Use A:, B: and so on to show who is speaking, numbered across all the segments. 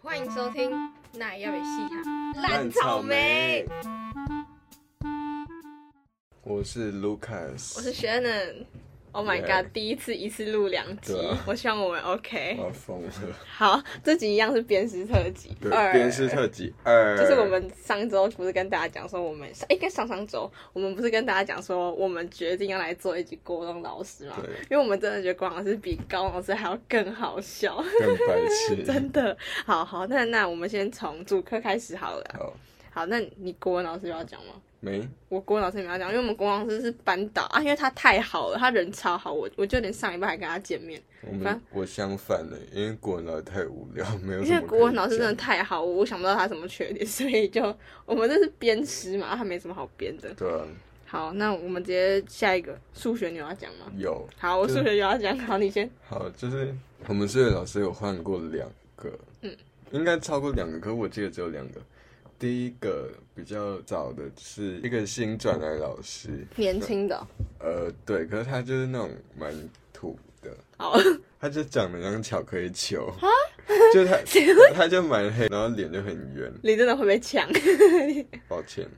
A: 欢迎收听《那要被戏哈
B: 烂草莓。我是 Lucas，
A: 我是 Shannon。Oh my god！
B: Yeah
A: 第一次一次录两集
B: 对啊，
A: 我希望我们 OK
B: 我。要疯了。
A: 好，这集一样是鞭尸特辑
B: 对，
A: 二，
B: 电视特辑二，
A: 就是我们上周不是跟大家讲说，我们上哎应该上上周，我们不是跟大家讲说，我们决定要来做一集郭东老师嘛？
B: 对
A: 因为我们真的觉得郭老师比高老师还要更好 笑，
B: 更白 痴。
A: 真的。好好，那那我们先从主科开始好了。
B: 好，
A: 好，那你国文老师有要讲吗？
B: 没
A: 我国文老师没有要讲，因为我们国文老师是班导啊，因为他太好了，他人超好，我我就连上礼拜还跟他见面，
B: 我
A: 反
B: 们我相反的，因为国文老师太无聊，没有什
A: 因为
B: 么可以
A: 国文老师真的
B: 讲
A: 太好，我想不到他什么缺点， 所以就我们这是编诗嘛，他没什么好编的。
B: 对啊，
A: 好，那我们直接下一个数学，你有要讲吗？
B: 有
A: 好，我数学有要讲，好，你先。
B: 好，就是我们数学老师有换过两个，
A: 嗯，
B: 应该超过两个，可我记得只有两个。第一个比较早的是一个新转来老师，
A: 年轻的哦，
B: 呃，对，可是他就是那种蛮土的，
A: 好，
B: 他就长得像巧克力球，
A: 啊
B: 就他他就蛮黑，然后脸就很圆，
A: 你真的会被抢。
B: 抱歉。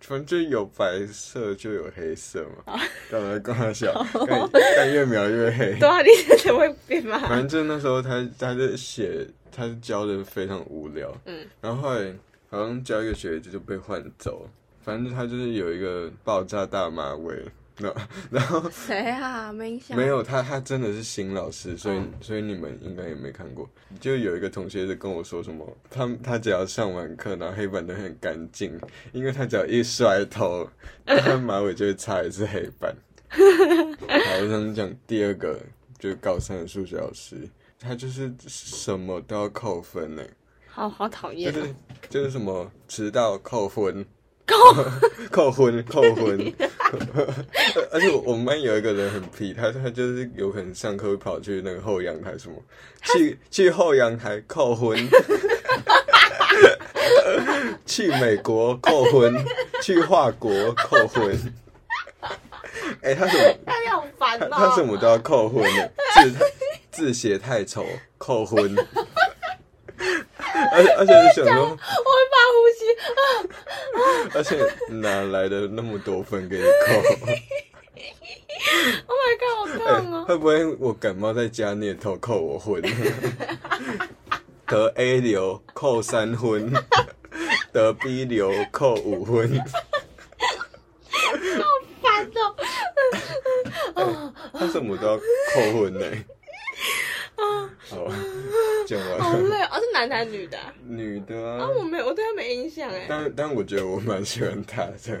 B: 反正就有白色就有黑色
A: 啊
B: 嘛，干嘛干嘛 笑，但但越描越黑
A: 对。啊，你真的会被骂。
B: 反正就那时候他他就写他教的非常无聊，
A: 嗯，
B: 然后后来好像教一个学期就被换走，反正他就是有一个爆炸大马尾，然后然后
A: 谁啊？没印象。
B: 没。有他，他真的是新老师，所以、
A: 嗯
B: 所以你们应该也没看过。就有一个同学就跟我说什么，他他只要上完课，然后黑板都很干净，因为他只要一甩头，他马尾就会擦一次黑板。好，我想讲第二个，就是高三的数学老师，他就是什么都要扣分欸呢、
A: 好好讨厌
B: 就
A: 哦。
B: 是就是什么迟到扣分， 扣扣分扣分，而且我们班有一个人很皮，他他就是有可能上课会跑去那个后阳台什么，去去后阳台扣分， 去美国扣分，去法国扣分。哎、他什么？
A: 他好烦
B: 他
A: 哦。
B: 他什么都要扣分的，字字写太丑，扣分。而且而且就想说，
A: 我会发呼吸。啊
B: 而且哪来的那么多分给 你扣？
A: Oh my god，好
B: 哎
A: 痛哦。
B: 会不会我感冒在家你也偷扣我分？ 得 A 流扣三分， 得 B 流扣五分。
A: 烦哦。
B: 他什么都要 扣分呢、 好，讲
A: 啊 好
B: 完了，
A: 累哦，哦是男的还是女的啊？
B: 女的啊、
A: 啊，我没有，我对他没印象哎。
B: 但但我觉得我蛮喜欢他 的。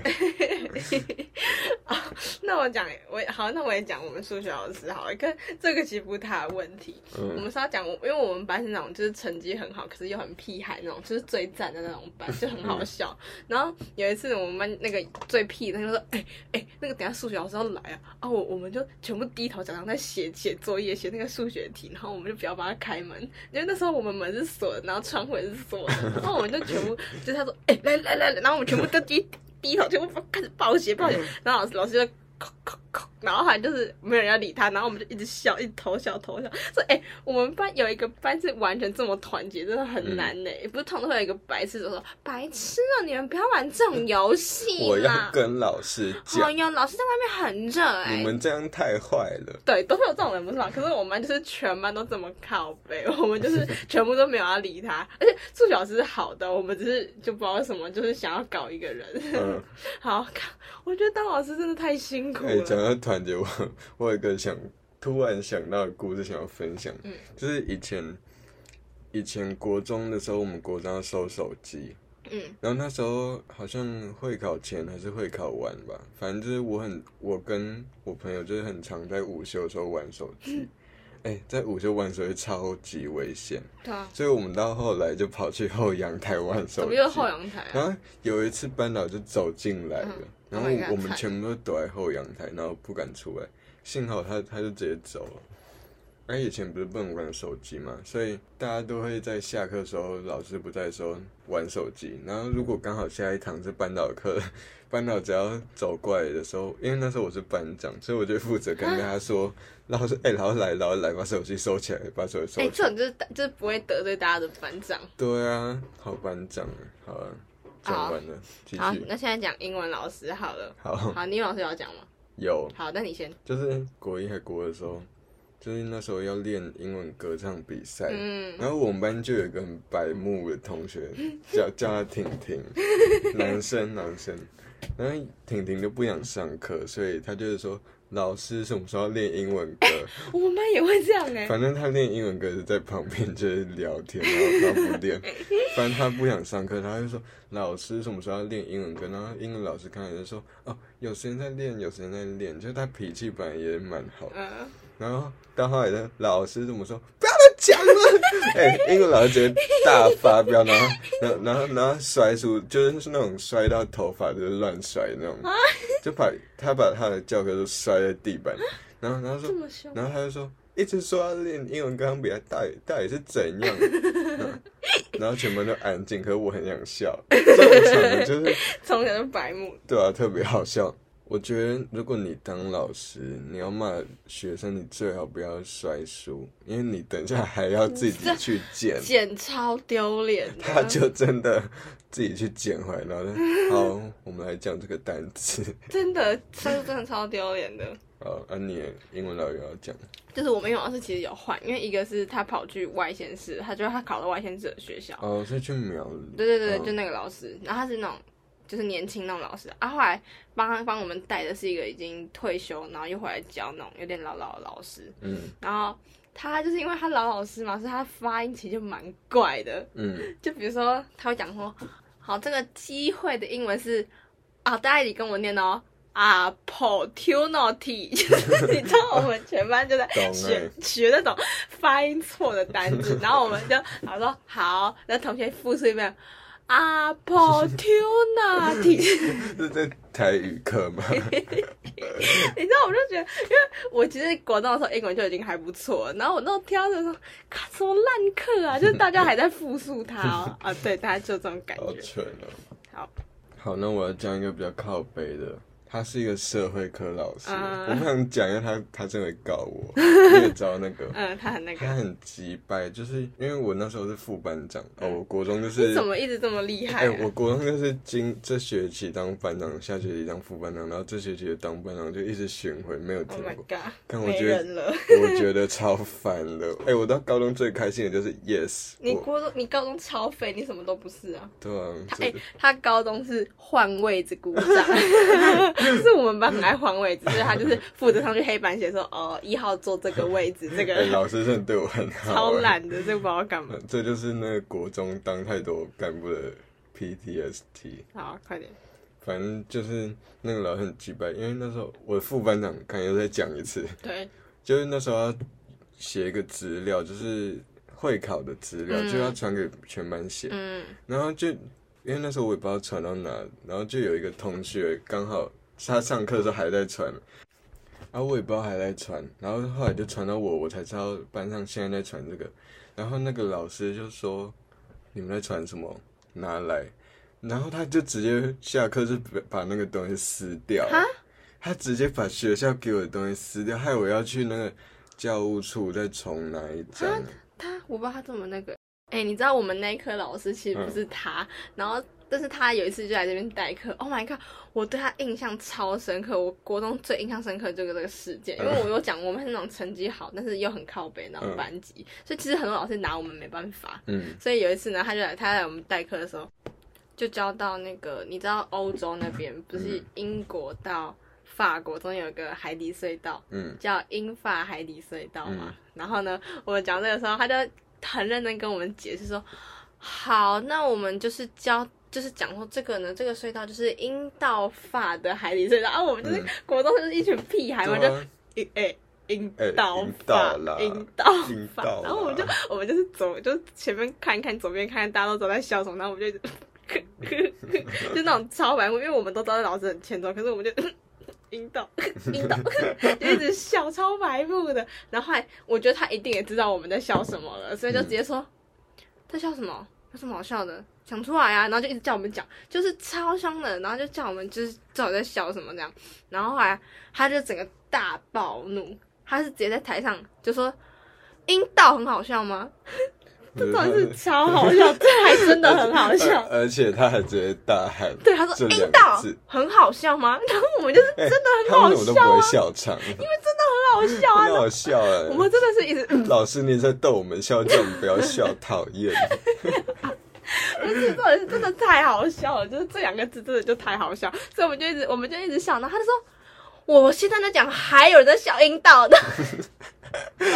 A: 那我讲，我好，那我也讲我们数学老师好了，跟这个其实不是他的问题，我
B: 嗯，
A: 们是要讲我，因为我们班是那种就是成绩很好，可是又很屁孩那种，就是最赞的那种班，就很好笑。然后有一次我们班那个最屁的，他就说：“哎、哎、那个等一下数学老师要来啊！”啊，我我们就全部低头假装在写写作业，写那个数学题，然后我们就不要帮他开门，因为那时候我们门是锁的，然后窗户也是锁的，然后我们就全部就是他说：“哎、来来来来！”然后我们全部都低 低头，全部开始暴写暴
B: 嗯
A: 写，然后老师老师就。叩叩叩，然后还就是没有人要理他，然后我们就一直笑，一直偷笑偷笑。说哎、我们班有一个班是完全这么团结，真的很难呢、
B: 嗯
A: 不是通常会有一个白痴就说白痴哦、你们不要玩这种游戏
B: 我要
A: 啦。
B: 跟老师
A: 啊哦
B: 讲，
A: 哟，老师在外面很热哎、
B: 你们这样太坏 了。
A: 对，都会有这种人，不是吗？可是我们班就是全班都这么靠背，我们就是全部都没有要理他。而且数学老师是好的，我们只是就不知道为什么，就是想要搞一个人。
B: 嗯，
A: 好，看我觉得当老师真的太辛苦
B: 哎、
A: 了。
B: 讲到团结，我我有一个想突然想到的故事想要分享，
A: 嗯
B: 就是以前以前国中的时候，我们国中要收手机，
A: 嗯，
B: 然后那时候好像会考前还是会考完吧，反正就是我很我跟我朋友就是很常在午休的时候玩手
A: 嗯
B: 机，哎、在午休玩手机超级危险，
A: 对啊，
B: 所以我们到后来就跑去后阳台玩手
A: 怎
B: 机。
A: 么又是后阳台啊？
B: 然后有一次班导就走进来了，
A: 嗯
B: 然
A: Oh my god，
B: 后我们
A: 惨
B: 全部都躲在后阳台，然后不敢出来。幸好他他就直接走了。那、以前不是不能玩手机嘛，所以大家都会在下课的时候，老师不在的时候玩手机。然后如果刚好下一堂是班导课， 班导只要走过来的时候，因为那时候我是班长，所以我就负责跟
A: 啊
B: 他说，老师，哎、老师来，老师来，把手机收起来，把手机收
A: 哎、
B: 起
A: 这
B: 来。
A: 种就是就是不会得罪大家的班长。
B: 对啊，好班长啊，好啊，讲完了，继
A: 好
B: 续，。嗯
A: 那现在讲英文老师好了。
B: 好，
A: 好，你英文老师有要讲吗？
B: 有，
A: 好，那你先。
B: 就是国一还国二的时候，就是那时候要练英文歌唱比赛。
A: 嗯，
B: 然后我们班就有一个很白目的同学，叫叫他婷婷，男生男生。然后婷婷就不想上课，所以他就是说老师什么时候练英文歌？
A: 我们班也会这样哎、
B: 反正他练英文歌是在旁边就是聊天，然后他不练。反正他不想上课，他就说老师什么时候要练英文歌？然后英文老师看了就说哦，有时间再练，有时间再练。就是他脾气本来也蛮好，
A: 嗯，
B: 然后到后来的老师怎么说？不要再讲了！ 哎、英文老师直接大发飙，然后，然后，然后，然后摔出，就是那种摔到头发就是乱摔那种，就把他把他的教科书摔在地板，然后，然后
A: 这
B: 说，
A: 么凶。
B: 然后他就说，一直说要练英文钢笔，到底到底是怎样？ 然后全班都安静，可是我很想笑， 这种场合就是
A: 从小就白目，
B: 对啊，特别好笑。我觉得如果你当老师，你要骂学生，你最好不要摔书，因为你等一下还要自己去 捡，
A: 剪超丢脸的。
B: 他就真的自己去捡回来。然后就好，我们来讲这个单词。
A: 真的，这是真的超丢脸的。
B: 好，啊，你的英文老师要讲，
A: 就是我们英文老师其实有换，因为一个是他跑去外县市，他就他考到外县市的学校。
B: 哦，是去苗栗，
A: 对对对，
B: 嗯
A: 就那个老师，然后他是那种就是年轻那种老师，啊，后来帮他帮我们带的是一个已经退休，然后又回来教那种有点老老的老师，
B: 嗯
A: 然后他就是因为他老老师嘛，所以他发音其实就蛮怪的，
B: 嗯，
A: 就比如说他会讲说，好，这个机会的英文是啊，大家一起跟我念哦。opportunity，就是 你知道我们全班就在
B: 懂
A: 学
B: 欸
A: 学那种发音错的单字，然后我们就好说好，那同学复述一遍 opportunity，
B: 是在台语课吗？
A: 你知道我就觉得，因为我其实国中的时候英文就已经还不错了，然后我那时候挑着说，看什么烂课啊，就是大家还在复述它哦，啊，对，大家就这种感
B: 好
A: 觉，
B: 蠢哦。
A: 好，
B: 好，那我要讲一个比较靠背的，他是一个社会科老师。
A: 啊
B: 我不想讲，因为他他真的会 告我。你也知道那个，
A: 嗯，他很那个
B: 他，很急掰，就是因为我那时候是副班长，哦，我国中就
A: 你
B: 是
A: 怎，么一直这么厉害、
B: 哎、
A: 啊？
B: 我国中就是今这学期当班长，下学期当副班长，然后这学期也当班长，就一直巡回，没有停
A: Oh my
B: 过。
A: god！
B: 看我
A: 没
B: 觉得
A: 人了。
B: 我觉得超烦的。哎、我到高中最开心的就是 yes，
A: 你
B: 我
A: 高中你高中超肥，你什么都不是啊！
B: 对啊，
A: 他
B: 这
A: 哎、
B: 个
A: 他高中是换位置 鼓掌，是我们班很爱换位置，所以他就是负责上去黑板写说哦一号坐这个位置，这
B: 哎、
A: 个
B: 老师真的对我很好、啊
A: 超懒的，这个不知道干嘛
B: 呃。这就是那个国中当太多干部的 PTSD，
A: 好，啊快点，
B: 反正就是那个老师很鸡掰，因为那时候我的副班长刚才又再讲一次，
A: 对，
B: 就是那时候要写一个资料，就是会考的资料，
A: 嗯
B: 就要传给全班写，
A: 嗯，
B: 然后就因哎为那时候我也不知道传到哪，然后就有一个同学刚好他上课的时候还在传，然后我也不知道还在传，然后后来就传到我，我才知道班上现在在传这个，然后那个老师就说你们在传什么，拿来，然后他就直接下课就把把那个东西撕掉
A: 哈，
B: 他直接把学校给我的东西撕掉，害我要去那个教务处再重拿一张。
A: 他我不知道他这么那个。哎、你知道我们那一科老师其实不是他，然后但是他有一次就来这边代课。Oh my god！我对他印象超深刻，我国中最印象深刻就是这个事件，因为我有讲我们是那种成绩好，但是又很靠北那种班级，所以其实很多老师拿我们没办法。
B: 嗯
A: 所以有一次呢，他就来他来我们代课的时候，就教到那个你知道欧洲那边不是
B: 嗯
A: 英国到法国中间有个海底隧道，
B: 嗯
A: 叫英法海底隧道嘛。
B: 嗯
A: 然后呢，我们讲这个时候，他就很认真跟我们解释说，好，那我们就是教。就是讲说这个呢，这个隧道就是英到法的海底隧道啊，我们就是
B: 嗯
A: 国中就是一群屁孩嘛，
B: 对
A: 就
B: 啊
A: 英哎英
B: 哎
A: 到
B: 英
A: 法
B: 到啦
A: 英到
B: 听
A: 法
B: 到，
A: 然后我们就
B: 啦
A: 我们就是走，就是前面看一看，左边看，大家都都在笑什么，然后我们就 一直就那种超白目，因为我们都知道老师很欠揍，可是我们就 晕倒，晕倒，就一直笑，超白目的。然后后来我觉得他一定也知道我们在笑什么了，所以就直接说、在笑什么，有什么好笑的，讲出来啊！然后就一直叫我们讲，就是超凶的，然后就叫我们就是知道我在笑什么这样。然后后来他就整个大暴怒，他是直接在台上就说。阴道很好笑吗？
B: 嗯
A: 这到底是超好 笑，这还真的很好笑。
B: 而且他还直接大喊，
A: 对，他
B: 这
A: 说
B: 两
A: 阴
B: 个
A: 道
B: 字
A: 很好笑吗？ 然后我们就是真的很
B: 他
A: 好
B: 们怎么都不
A: 笑
B: 会
A: 啊，
B: 笑场，很
A: 很好笑啊！
B: 好笑哎、
A: 我们真的是一直，
B: 老师你在逗我们笑，叫我们不要笑，讨 厌。
A: 不是，这人真的太好笑了，就是这两个字真的就太好笑，所以我们就一直，我们就一直笑。然后他就说，我现在在讲，还有人在笑阴道的，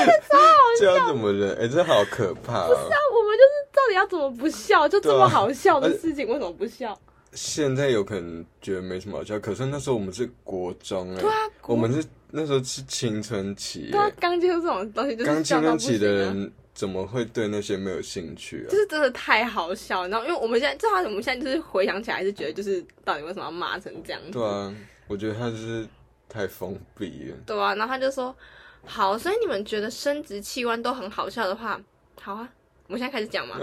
B: 这要怎么忍？哎、这好可怕、哦！
A: 那我们就是啊到底要怎么不笑？就这
B: 对啊
A: 么好笑的
B: 而且
A: 事情，为什么不笑？
B: 现在有可能觉得没什么好笑，可是那时候我们是国中哎、
A: 对啊国
B: 我们是那时候是青春期、
A: 对啊
B: 欸，，
A: 刚接触这种东西就是
B: 刚
A: 笑
B: 青
A: 到
B: 春
A: 不
B: 期
A: 行
B: 的
A: 啊。
B: 人怎么会对那些没有 兴趣啊
A: 就？是真的太好笑，然后因为我们现在，至少我们现在就是回想起来，还是觉得就是到底为什么要骂成这样子？
B: 对啊，我觉得他就是太封闭了。
A: 对啊，然后他就说，好，所以你们觉得生殖器官都很好笑的话，好啊，我现在开始 讲嘛。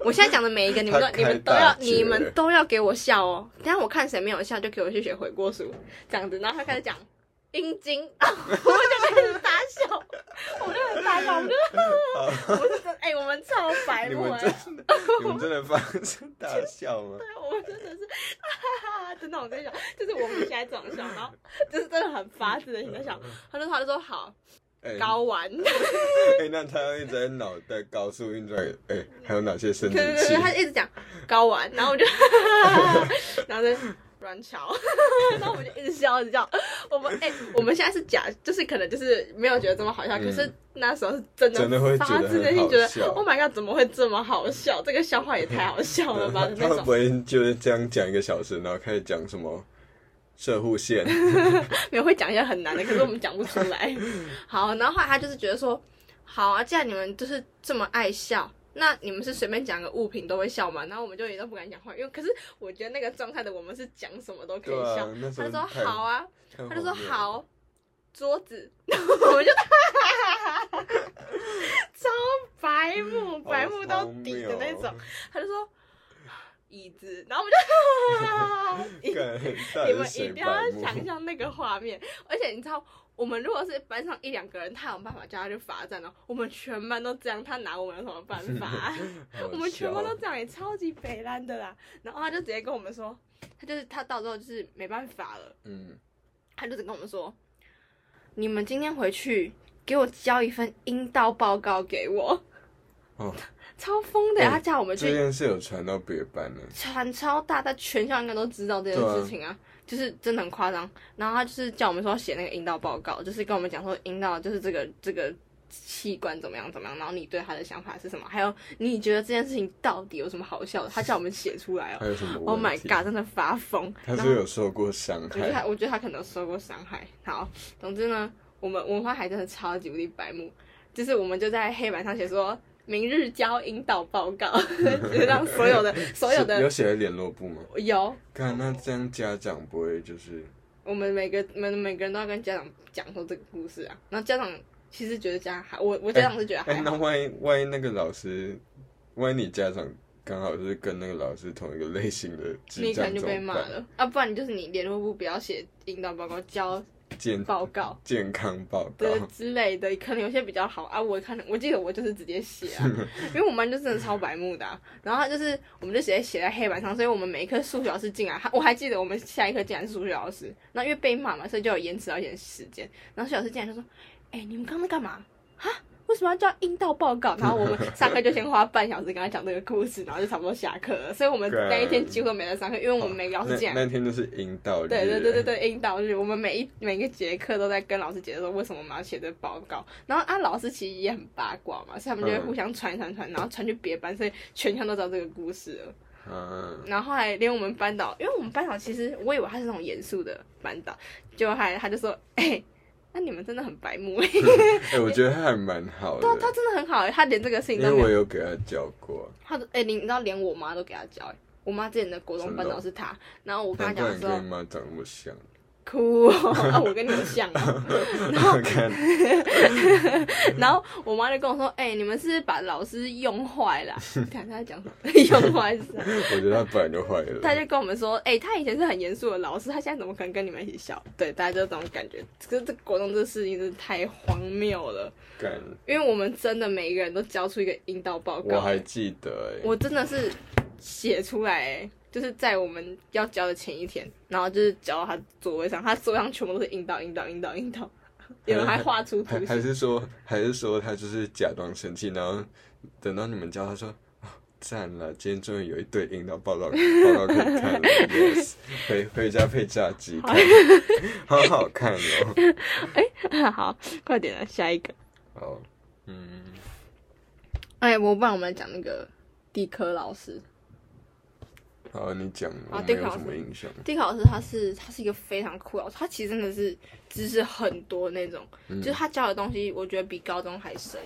A: 我现在讲的每一个，你们
B: 他
A: 都你
B: 开
A: 们都要
B: 大绝
A: 你们都要给我笑哦。等一下我看谁没有笑，就给我去写悔过书这样子。然后他开始讲阴茎，然后我就开始大笑，我就很大笑，我们就 我是真哎、我们超白
B: 你
A: 目、
B: 们
A: 哎
B: 真的，你们真的放声 大笑吗？
A: 我们真的是哈哈哈真的我在想，就是我们现在这种笑，然后就是真的很发自内心在
B: 嗯
A: 笑。他就他就说好
B: 哎、
A: 睾丸，
B: 哎、那他要一直在脑袋高速运转，哎、还有哪些生殖
A: 对对对
B: 器
A: 对，？他就一直讲睾丸，然后我就，然后就卵巢， 然后我们就一直笑，一直笑。我们哎、我们现在是假，就是可能就是没有觉得这么好笑，
B: 嗯
A: 可是那时候是真的
B: 真的会觉
A: 发
B: 得
A: 自内
B: 很
A: 心
B: 好
A: 觉得
B: 笑
A: ，Oh my god，怎么会这么好笑？这个笑话也太好笑了吧的
B: 嗯他
A: 那
B: 会
A: 种
B: 不。会就是这样讲一个小时，然后开始讲什么射 护线？
A: 没有会讲一些很难的，可是我们讲不出 来。好，然后后来他就是觉得说，好啊，既然你们就是这么爱笑，那你们是随便讲个物品都会笑嘛？然后我们就也都不敢讲话，因为可是我觉得那个状态的我们是讲什么都可
B: 对
A: 以笑。
B: 啊，那时
A: 他
B: 候
A: 就说
B: 太
A: 好，啊，
B: 太
A: 他就说
B: 荒谬了，
A: 好，桌子，然后我们就 超白目，
B: 好
A: 白目到
B: 荒
A: 底的
B: 谬
A: 那种。，他就说椅子，然后 我们就 椅子。
B: 哦干到
A: 你
B: 底
A: 们
B: 是
A: 一
B: 谁
A: 定要
B: 白目？
A: 想象那个画面，而且你知道，我们如果是班上一两个人，他有办法叫他去罚站哦。我们全班都这样，他拿我们有什么 办法啊、
B: 好
A: 我们全部
B: 笑
A: 都这样，也超级北烂的啦。然后他就直接跟我们说，他就是他到最后就是没办法了，
B: 嗯，
A: 他就只跟我们说，你们今天回去给我交一份阴道报告给我。
B: 哦，
A: 超疯的，
B: 哎
A: 他叫我们
B: 这
A: 去
B: 件事有传到别班了。
A: 传超大，在全校应该都知道这件事情啊，就是真的很夸张。然后他就是叫我们说要写那个阴道报告，就是跟我们讲说阴道就是这个这个器官怎么样怎么样，然后你对他的想法是什么，还有你觉得这件事情到底有什么好笑的，他叫我们写出来哦。
B: 还有什么
A: Oh my
B: 问题
A: god，真的发疯。
B: 他
A: 然
B: 是
A: 后
B: 不是有受过伤
A: 我觉得
B: 害
A: 他，，我觉得他可能有受过伤害。好，总之呢，我们文化还真的超级无敌白目，就是我们就在黑板上写说。明日交引导报告， 就是让所有的所有
B: 是有
A: 的
B: 写在联络部吗？
A: 有
B: 看那这样家长不会就是
A: 我们每个每每个人都要跟家长讲说这个故事啊，然后家长其实觉得家还我我家长是觉得
B: 哎、
A: 还
B: 那
A: 好，
B: 万一万一那个老师，万一你家长刚好是跟那个老师同一个类型的智
A: 你可
B: 障，
A: 能就被
B: 怎么
A: 骂
B: 办？
A: 了啊，不然你就是你联络部不要写引导报告交
B: 健
A: 报告。
B: 健康报告
A: 对，之类的，可能有些比较好啊。我看我记得我就是直接写啊， 因为我们班就真的超白目的啊、然后他就是我们就直接写在黑板上，所以我们每一科数学老师进来，他我还记得我们下一科竟然是数学老师，那因为被骂嘛，所以就有延迟到一点时间。然后数学老师进来就说：“哎、你们刚刚在干嘛？哈？为什么要叫阴道报告？然后我们下课就先花半小时跟他讲这个故事，然后就差不多下课了。所以我们
B: 干
A: 那一天几乎没来上课，因为我们每个老师进来
B: 那那天就是引导日，
A: 对对对对对，引导日，我们每一每个节课都在跟老师解释说为什么我们要写这报告，然后啊，老师其实也很八卦嘛，所以他们就会
B: 嗯
A: 互相传传传，然后传去别班，所以全校都知道这个故事了。
B: 嗯，
A: 然后后来连我们班导，因为我们班导其实我以为他是那种严肃的班导，结果还他就说，哎、那你们真的很白目、欸，
B: 哎、我觉得他还蛮 好
A: 他
B: 的，
A: 他真的很好、欸，他连这个事情
B: 因
A: 都
B: 为
A: 没
B: 我
A: 有，
B: 有给他教过，
A: 他说，哎、你你知道连我妈都给他教、欸，我妈之前的国中班导是他，然后我跟他
B: 哦
A: 讲的
B: 难怪你
A: 时候
B: 跟你，妈长那么像，
A: 哭哦， 啊，我跟你们像哦。然后
B: 我看
A: 然后我妈就跟我说：“哎、你们是不是把老师用坏 了啊、看他在讲什么？ 用坏是啥？
B: 我觉得他本来就坏了。
A: 他就跟我们说：“哎、他以前是很严肃的老师，他现在怎么可能跟你们一起笑？”对，大家就这种感觉。可是这国中这事情真的太荒谬了，
B: 干，
A: 因为我们真的每一个人都交出一个引导报告。
B: 我还记得哎、
A: 我真的是写出来、欸，就是在我们要交的前一天，然后就是交到他座位上，他座位上全部都是引导、引导、引导、引 导，有人还画出图
B: 还还
A: 形。
B: 是说还是说他就是假装生气，然后等到你们教他说。哦赞了，今天终于有一对引导报告报告可以 看了，yes，回回家配炸鸡看， 好好看哦。
A: 好，快点了，啊下一个。
B: 好，嗯，
A: 哎、我不然我们讲那个地科老师。
B: 好，你讲，我
A: 好
B: 没
A: 对不
B: 有
A: 起
B: 什么
A: 老师
B: 印象。
A: 地科老师他是他是一个非常酷的老师，他其实真的是知识很多那种，
B: 嗯
A: 就是他教的东西我觉得比高中还深。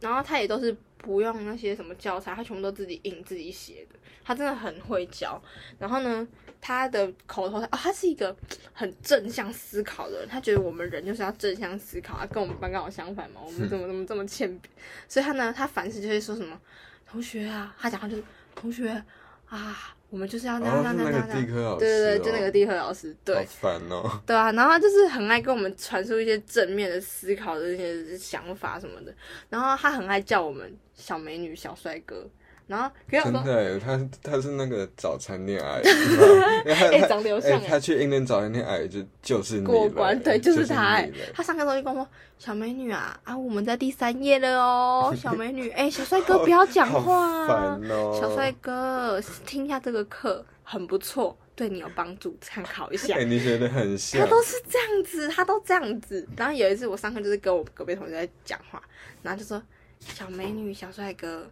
A: 然后他也都是不用那些什么教材，他全部都自己印自己写的，他真的很会教。然后呢，他的口头禅哦，他是一个很正向思考的人，他觉得我们人就是要正向思考，啊，跟我们班刚好相反嘛，我们怎么怎么这么欠扁，所以他呢，他凡事就会说什么同学啊，他讲话就是同学啊，我们就是要那样
B: 哦，
A: 那
B: 是
A: 样那
B: 那
A: 样
B: 个
A: 那
B: 地
A: 样。
B: 科老师、哦，
A: 对对对，就那个地科老师，
B: 好
A: 对
B: 烦哦。
A: 对啊，然后他就是很爱跟我们传输一些正面的思考的一些想法什么的，然后他很爱叫我们小美女、小帅哥，然后可是我
B: 真
A: 说，
B: 的耶，他他是那个早餐恋 爱，
A: 哎、
B: 哎
A: 长得有像
B: 哎，
A: 哎、
B: 他去应征早餐恋爱就就是你了
A: 过关，对，就是
B: 你
A: 他哎、
B: 了
A: 他上课的时候就跟我说，小美女啊啊，我们在第三页了哦，小美 女，哎、小帅哥不要讲
B: 好
A: 话啊，
B: 烦哦，
A: 小帅哥听一下这个课很不错，对你有帮助，参考一下
B: 哎、。你觉得很像
A: 他？都是这样子，他都这样子。然后有一次我上课就是跟我隔壁同学在讲话，然后就说小美女、小帅哥，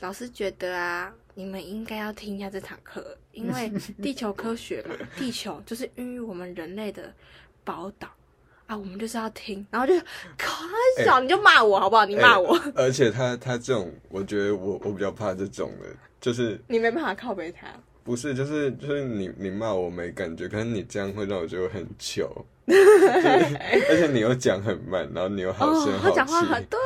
A: 老师觉得啊，你们应该要听一下这堂课，因 为地球科学嘛，地球就是孕育我们人类的宝岛。啊，我们就是要听，然后就靠他小，你就骂我好不好？你骂我，
B: 而且他他这种，我觉得我我比较怕这种的，就是
A: 你没办法靠背他。
B: 不是就是就是你你骂我没感觉，可是你这样会让我觉得很糗。 就是而且你又讲很慢，然后你又好
A: 哦
B: 声，
A: 他讲话
B: 气。
A: 很对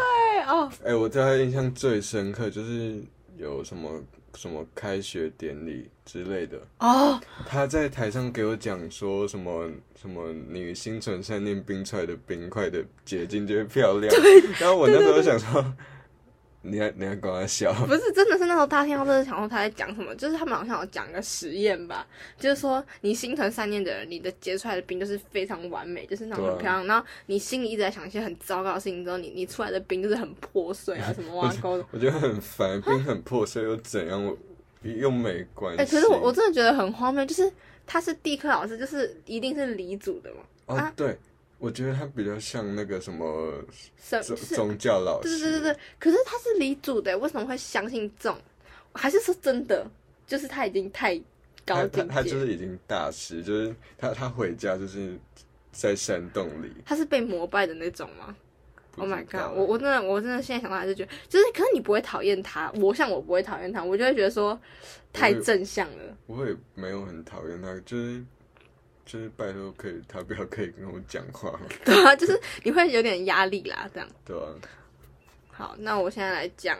A: 哦，
B: 哎、我对他印象最深刻就是有什么什么开学典礼之类的，
A: 哦，
B: 他在台上给我讲说什么什么，你心存善念，冰出来的冰块的结晶就会漂亮。然后我那时候想说，你还你还跟他笑，
A: 不是，真的是那时候大家听到这个，想说他在讲什么，就是他们好像有讲个实验吧，就是说你心存善念的人，你的结出来的冰就是非常完美，就是那种
B: 对啊
A: 很漂亮。然后你心里一直在想一些很糟糕的事情之后，你你出来的冰就是很破碎啊，什么挖沟 的。
B: 我觉得很烦，冰很破碎又怎样，我又没关系。
A: 哎、可是我我真的觉得很荒谬，就是他是地科老师，就是一定是理组的嘛，
B: 哦
A: 啊
B: 对，我觉得他比较像那个什么
A: 什
B: 宗
A: 呃是
B: 宗教老
A: 对
B: 师，
A: 对对对，对，可是他是理组的，为什么会相信这种？还是说真的，就是他已经太高
B: 他
A: 境
B: 他
A: 界
B: 他就是已经大师，就是他他回家就是在山洞里。
A: 他是被膜拜的那种吗？
B: 不
A: Oh my
B: 知道
A: god！我我真的我真的现在想到还是觉得，就是可是你不会讨厌他，我像我不会讨厌他，我就会觉得说太正向了。
B: 我也没有很讨厌他，就是就是拜托可以，他不要可以跟我讲话，
A: 对啊，就是你会有点压力啦，这样。
B: 对吧、
A: 好，那我现在来讲，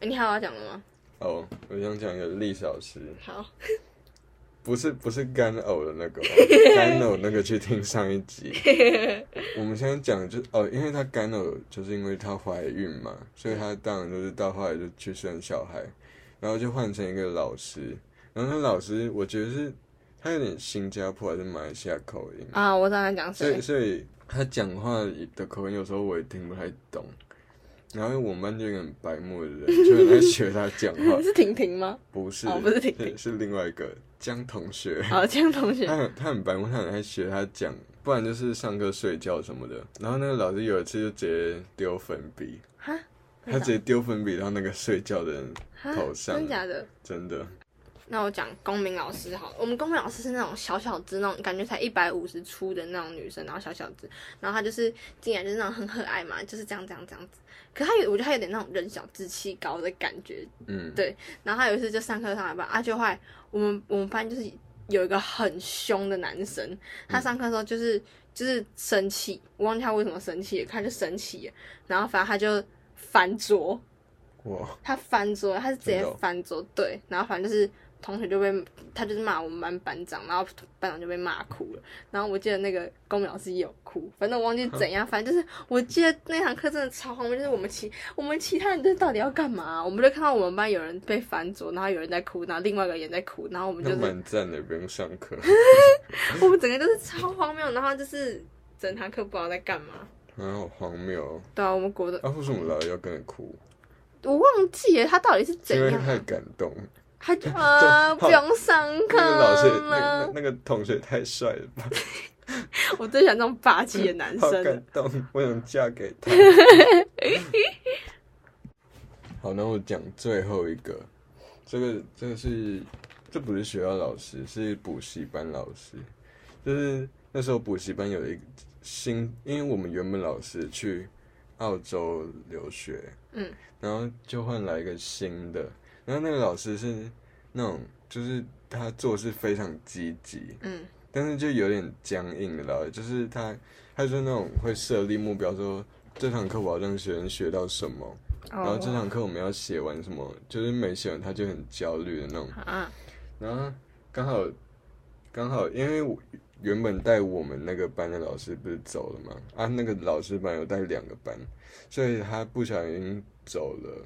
A: 诶你还有要讲的吗？
B: 哦，我想讲一个历史老师，
A: 好，
B: 不是不是干呕的那个、哦，干呕那个去听上一集。我们现在讲的就是哦，因为她干呕，就是因为她怀孕嘛，所以她当然就是到后来就去生小孩，然后就换成一个老师，然后那老师我觉得是他有点新加坡还是马来西亚口音，
A: 啊，我刚才讲
B: 所以
A: 谁？
B: 所以他讲话的口音有时候我也听不太懂，然后我们班就有个很白目的人，就很爱学他讲
A: ，
B: 话
A: 是婷婷吗？
B: 不是，
A: 哦不是婷
B: 是是另外一个江同学，
A: 啊，江同学
B: 他很他很白目，他很爱学他讲，不然就是上课睡觉什么的。然后那个老师有一次就直接丢粉笔，
A: 哈，
B: 他直接丢粉笔到那个睡觉的人
A: 哈
B: 头上
A: 真假的？
B: 真的，
A: 那我讲公民老师好了，我们公民老师是那种小小只那种，感觉才一百五十出的那种女生，然后小小只，然后她就是进来就是那种很可爱嘛，就是这样这样这样子。可她有，我觉得她有点那种人小志气高的感觉。
B: 嗯，
A: 对然后她有一次就上课上来吧，啊，就后来我们我们班就是有一个很凶的男生，他上课的时候就是就是生气，我忘记他为什么生气了，他就生气了，然后反正他就翻桌，
B: 哇，
A: 他翻桌，他是直接
B: 真的哦
A: 翻桌，对，然后反正就是同学就被他就是骂我们班班长，然后班长就被骂哭了，然后我记得那个公民老师也有哭，反正我忘记怎样，反正就是我记得那堂课真的超荒谬，就是我们其我们其他人就是到底要干嘛、啊我们就看到我们班有人被翻桌，然后有人在哭，然后另外一个人也在哭，然后我们就
B: 那
A: 是
B: 蛮赞的，不用上 课。
A: 我们整个就是超荒谬，然后就是整堂课不知道在干嘛。
B: 啊，好荒谬哦！
A: 对啊，我们国的
B: 啊，为什么老师要跟着哭？
A: 我忘记了他到底是
B: 是
A: 怎
B: 因为
A: 样
B: 太
A: 啊，
B: 感动。
A: 他 就呃不用上
B: 那
A: 课
B: 个老师，那
A: 了
B: 个。那个同学太帅了吧，
A: 我最喜欢这种霸气的男
B: 好
A: 生
B: 感。动，我想嫁给 他。好，那我讲最后一个，这个这个是这不是学校老师，是补习班老师。就是那时候补习班有一个新，因为我们原本老师去澳洲留学，
A: 嗯，
B: 然后就换来一个新的，然后那个老师是那种就是他做事非常积极，
A: 嗯，
B: 但是就有点僵硬的老师，就是他他就是那种会设立目标说。这堂课我要让学生学到什么，然后这
A: 哦
B: 堂课我们要写完什么，就是没写完他就很焦虑的那种。
A: 啊，
B: 然后刚好刚好，因为我原本带我们那个班的老师不是走了嘛，啊，那个老师班有带两个班，所以他不小心走了，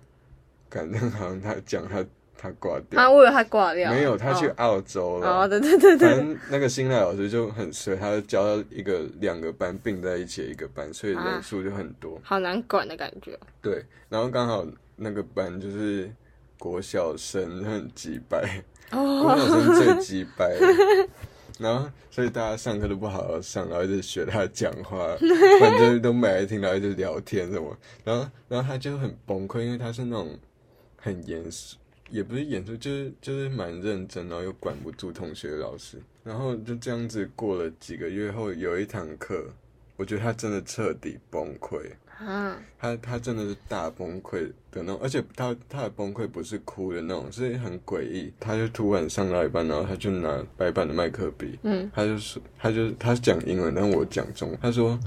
B: 反正好像他讲他他挂掉，
A: 啊，我以为他挂掉了，
B: 没有，他去
A: 哦
B: 澳洲了。
A: 哦，对对对
B: 反
A: 对，
B: 正那个新来老师就很衰，他就教到一个两个班并在一起的一个班，所以
A: 啊
B: 人数就很多。
A: 好难管的感觉。
B: 对，然后刚好那个班就是国小生，很鸡掰。我
A: 哦，
B: 小生最鸡掰了，然后所以大家上课都不好好上，然后一直学他讲话，反正都没来听，然后一直聊天什么，然后然后他就很崩溃，因为他是那种很严肃，也不是严肃，就是就是蛮认真，然后又管不住同学的老师，然后就这样子过了几个月后，有一堂课，我觉得他真的彻底崩溃，
A: 啊，
B: 他他真的是大崩溃的那种，而且他他的崩溃不是哭的那种，是很诡异。他就突然上到一半，然后他就拿白板的麦克笔，
A: 嗯，
B: 他就说他就他讲英文，但我讲中文。他说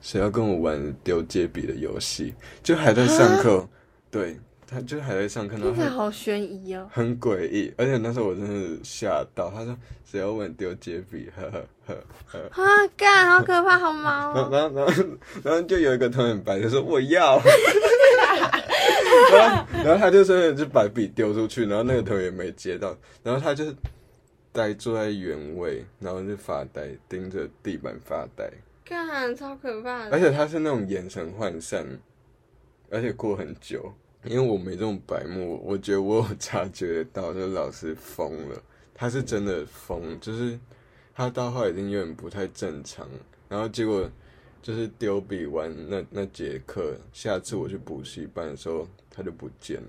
B: 谁要跟我玩丢借笔的游戏？就还在上课，对，他就还在上课，然后
A: 听起来
B: 他
A: 好悬疑哦。
B: 很诡异，而且那时候我真的吓到。他说谁要玩丢借笔？呵呵呵呵。
A: 啊，干，好可怕，好毛
B: 然后
A: 哦。
B: 然后然 后然后就有一个同很白就说我要， 然后然后他就真的就把笔丢出去，然后那个同学没接到，然后他就呆坐在原位，然后就发呆，盯着地板发呆，
A: 干，超可怕
B: 而
A: 的。
B: 且他是那种眼神涣散，而且过很久，因为我没这种白目，我觉得我有察觉得到，就是老师疯了，他是真的疯，就是他到后来已经有点不太正常，然后结果就是丢笔完那那节课，下次我去补习班的时候他就不见了，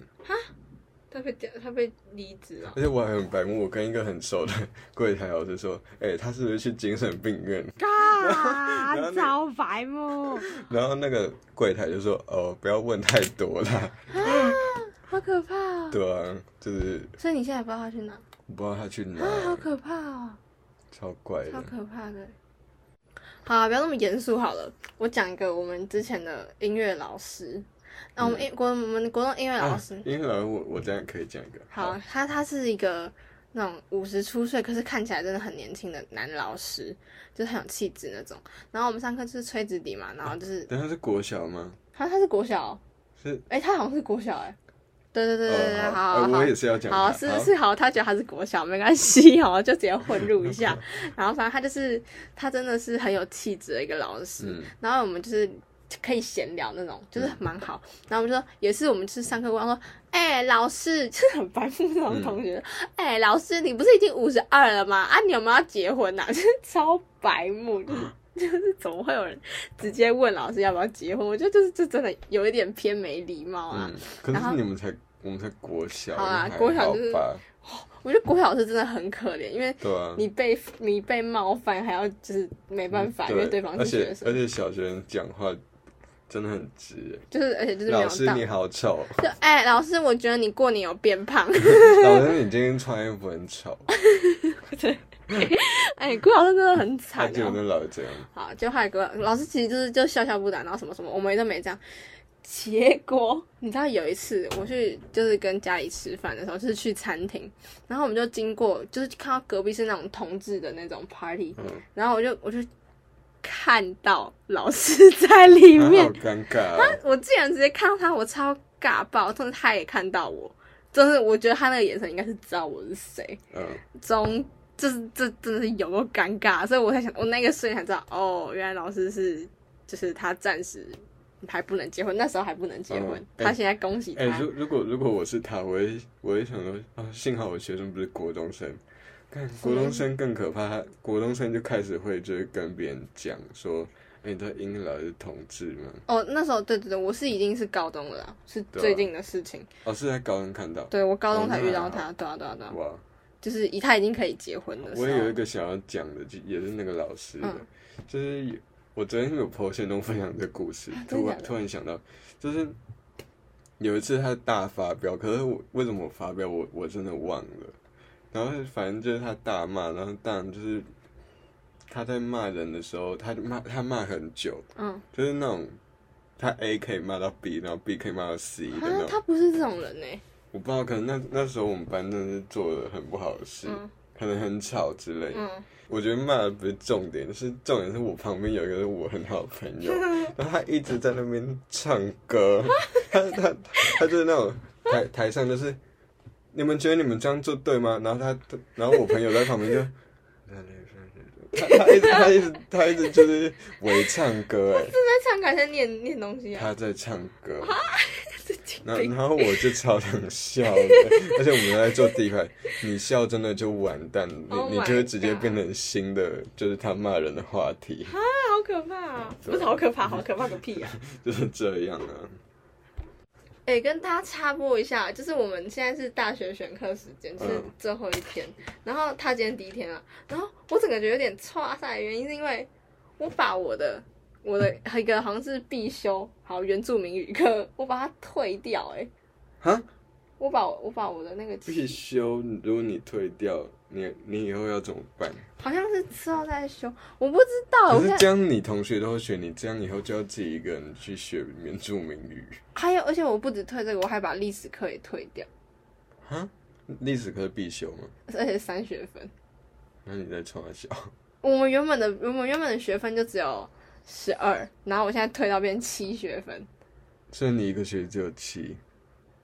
A: 他被掉，他被离职了。
B: 而且我还很白目，我跟一个很熟的柜台老师说，哎、他是不是去精神病院？
C: 啊，超白目！
B: 然后那个柜台就说，哦，不要问太多啦。
A: 啊好可怕哦！
B: 对啊，就是
A: 所以你现在也不知道他去哪啊，
B: 我不知道他去哪，
A: 好可怕哦，
B: 超怪
A: 超
B: 的。
A: 可怕的。好啊、不要那么严肃好了。我讲一个我们之前的音乐老师，那、我们音国我们国中音乐老师，
B: 嗯啊、因为老师我我这样可以讲一个。
A: 好，，他他是一个那种五十出岁，可是看起来真的很年轻的男老师，就是很有气质那种。然后我们上课就是吹纸笛嘛，然后就是
B: 等他是国小吗？
A: 他他是国小哦，
B: 是，
A: 哎、他好像是国小哎、对对对对对，
B: 呃
A: 好好
B: 呃
A: 好
B: 我也是要讲他。
A: 好，是是好，他觉得他是国小，没关系，好，就直接混入一 下。然后反正他就是，他真的是很有气质的一个老师。
B: 嗯
A: 然后我们就是可以闲聊那种，就是蛮好。然后我们就说，也是我们去上课，我说，哎、老师，就是很白目那种同学，
B: 嗯
A: 哎、老师，你不是已经五十二了吗？啊，你有没有要结婚呐、啊？就是超白目，就是。就是怎么会有人直接问老师要不要结婚？我觉得就是这真的有一点偏没礼貌啊。
B: 嗯，可
A: 然后
B: 是你们才我们才国小，
A: 好啦
B: 还
A: 国小就是
B: 好吧
A: 我觉得国小老师真的很可怜，因为
B: 对啊，
A: 你被你被冒犯，还要就是没办法，因为对方
B: 嗯而
A: 是
B: 且
A: 学
B: 而
A: 生，
B: 且小学生讲话真的很直。
A: 就是而且就是没有
B: 老师
A: 到。
B: 你好丑，
A: 就哎、老师，我觉得你过年有变胖，
B: 老师你今天穿衣服很丑。
A: 哎、国小生真的很
B: 他
A: 惨、
B: 基本
A: 哦。
B: 都老是这样。
A: 好，就害国老师其实就是就笑笑不答，然后什么什么，我们也都没这样。结果你知道有一次我去就是跟家里吃饭的时候，就是去餐厅，然后我们就经过，就是看到隔壁是那种同志的那种 party，
B: 嗯，
A: 然后我就我就看到老师在里
B: 他
A: 面
B: 好，尴尬、哦。
A: 我竟然直接看到他，我超尬爆，但是他也看到我，就是我觉得他那个眼神应该是知道我是谁，
B: 嗯，
A: 中就是这真的是有够尴尬，所以我才想，我那个瞬间才知道，哦，原来老师是就是他暂时还不能结婚，那时候还不能结婚，
B: 嗯
A: 他现在恭喜他，
B: 哎、如如果如果我是他，我会我会想说啊，幸好我学生不是国中生，看国中生更可怕，他国中生就开始会就是跟别人讲说，哎、你知道英语老师是同志吗？
A: 哦，那时候对对对，我是已经是高中了啦，是
B: 对啊
A: 最近的事情，
B: 哦，是在高中看到，
A: 对我高中才遇到
B: 哦那还
A: 他，对啊对啊对啊，
B: 哇，
A: 就是以他已经可以结婚的时
B: 我也有一
A: 候，
B: 个想要讲的，就也是那个老师的，
A: 嗯
B: 就是有我昨天有朋友线中分享这个故事，
A: 啊真的假
B: 突然
A: 的
B: 突然想到，就是有一次他大发飙，可是我为什么我发飙，我我真的忘了。然后反正就是他大骂，然后当然就是他在骂人的时候，他就骂他骂很久，
A: 嗯，
B: 就是那种他 A 可以骂到 B，然后 B 可以骂到 C 的那
A: 啊，
B: 种。
A: 他不是这种人呢、
B: 我不知道，可能那那时候我们班真的是做了很不好的事，
A: 嗯
B: 可能很吵之类的。
A: 嗯，
B: 我觉得骂的不是重点，是重点是我旁边有一个是我很好的朋 友，然后他一直在那边唱歌，他他他就是那种台台上就是，你们觉得你们这样做对吗？然后他他然后我朋友在旁 边就，他他一直他一直他一直就是伪唱歌哎、
A: 在唱歌还是在念念东西啊？
B: 他在唱歌，
A: 啊 神经
B: 然后
A: 病
B: 然后我就超想笑 的，而且我们在做第一排，你笑真的就完蛋，你
A: Oh
B: 你
A: my
B: 就会直接
A: God
B: 变成新的，就是他骂人的话题。
A: 啊，好可怕啊！不是好可怕，好可怕个屁啊！
B: 就是这样啊。
A: 哎、跟大家插播一下，就是我们现在是大学选课时间，就是
B: 嗯
A: 最后一天。然后他今天第一天啊，然后我整个觉得有点差赛的原因是因为我把我的我的一个好像是必修，好原住民语课，我把它退掉、哎，
B: 哈，
A: 我把我把我的那个
B: 必修，如果你退掉，你你以后要怎么办？
A: 好像是之后再修，我不知道。哦我
B: 可
A: 现
B: 是
A: 在
B: 这样，你同学都会选你，这样以后就要自己一个人去学原住民语。
A: 还有，而且我不止退这个，我还把历史课也退掉，
B: 哈，历史课必修吗？
A: 而且三学分。
B: 那你在冲他笑？
A: 我们原本的我们原本的学分就只有十二，然后我现在推到变七学分，
B: 所以你一个学期只有七，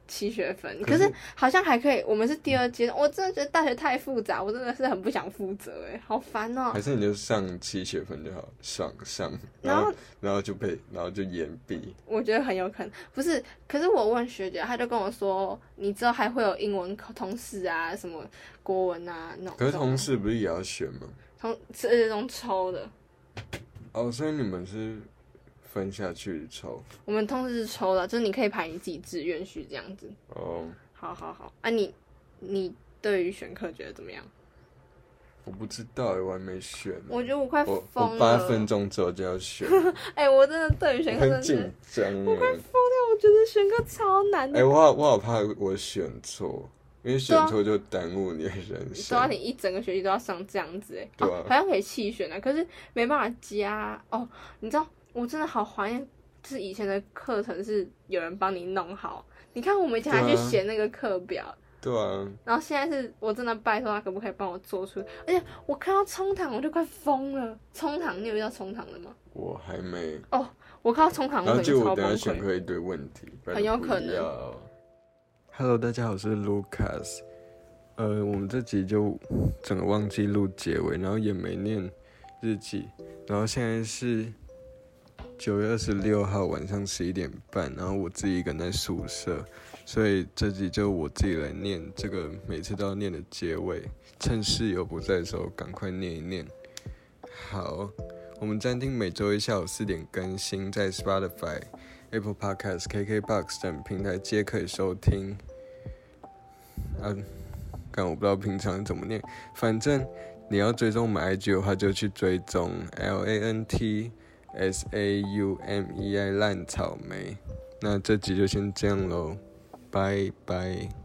A: 七学分。
B: 可
A: 可
B: 是
A: 是好像还可以，我们是第二阶段。我真的觉得大学太复杂，我真的是很不想负责、哎，好烦哦、
B: 还是你就上七学分就好，上上，
A: 然
B: 然
A: 后
B: 后然后就被然后就延毕。
A: 我觉得很有可能不是，可是我问学姐，她就跟我说，你之后还会有英文考通识啊，什么国文啊那种。
B: 可是同事不是也要选吗？
A: 同是这种抽的，
B: 哦，所以你们是分下去抽
A: 我们通识是抽的，就是你可以排你自己志愿序这样子。
B: 哦。
A: 好好好啊你，你对于选课觉得怎么样？
B: 我不知道欸，我还没选呢。
A: 我觉得我快
B: 我
A: 疯
B: 我
A: 了。
B: 八分钟之后就要选，
A: 哎、我真的 对于选课真
B: 很
A: 的是，
B: 紧
A: 对，
B: 张哎。
A: 我觉得选课超难的。
B: 哎，我好我好怕我选错，因为选
A: 对啊
B: 错就耽误你的人
A: 都要你
B: 生。
A: 一整个学期都要上这样子哎、
B: 对
A: 哦，
B: 啊
A: 好像可以弃选啊，可是没办法加哦。你知道，我真的好怀念，就是以前的课程是有人帮你弄好。你看我们以前还去
B: 对啊
A: 写那个课表，
B: 对啊，
A: 然后现在是我真的拜托他可不可以帮我做出，而且我看到冲堂我就快疯了。冲堂你有遇到冲堂的吗？
B: 我还没。
A: 我看到冲堂
B: 然
A: 我
B: 后
A: 整
B: 就
A: 个超
B: 我等下
A: 崩
B: 选
A: 溃。
B: 课一堆问题，不然
A: 很有
B: 不
A: 可能
B: 要。Hello，大家好，我是 Lucas。呃，我们这集就整个忘记录结尾，然后也没念日记，然后现在是九月二十六号晚上十一点半，然后我自己一个人在宿舍，所以这集就我自己来念这个每次都要念的结尾，趁室友不在的时候赶快念一念。好。我们暂定每周一下午四点更新，在 Spotify、Apple Podcast、KKBox 等平台皆可以收听。啊，但我不知道平常怎么念，反正你要追踪我们 IG 的话，就去追踪 L A N T S A U M E I 烂草莓。那这集就先这样喽，拜拜。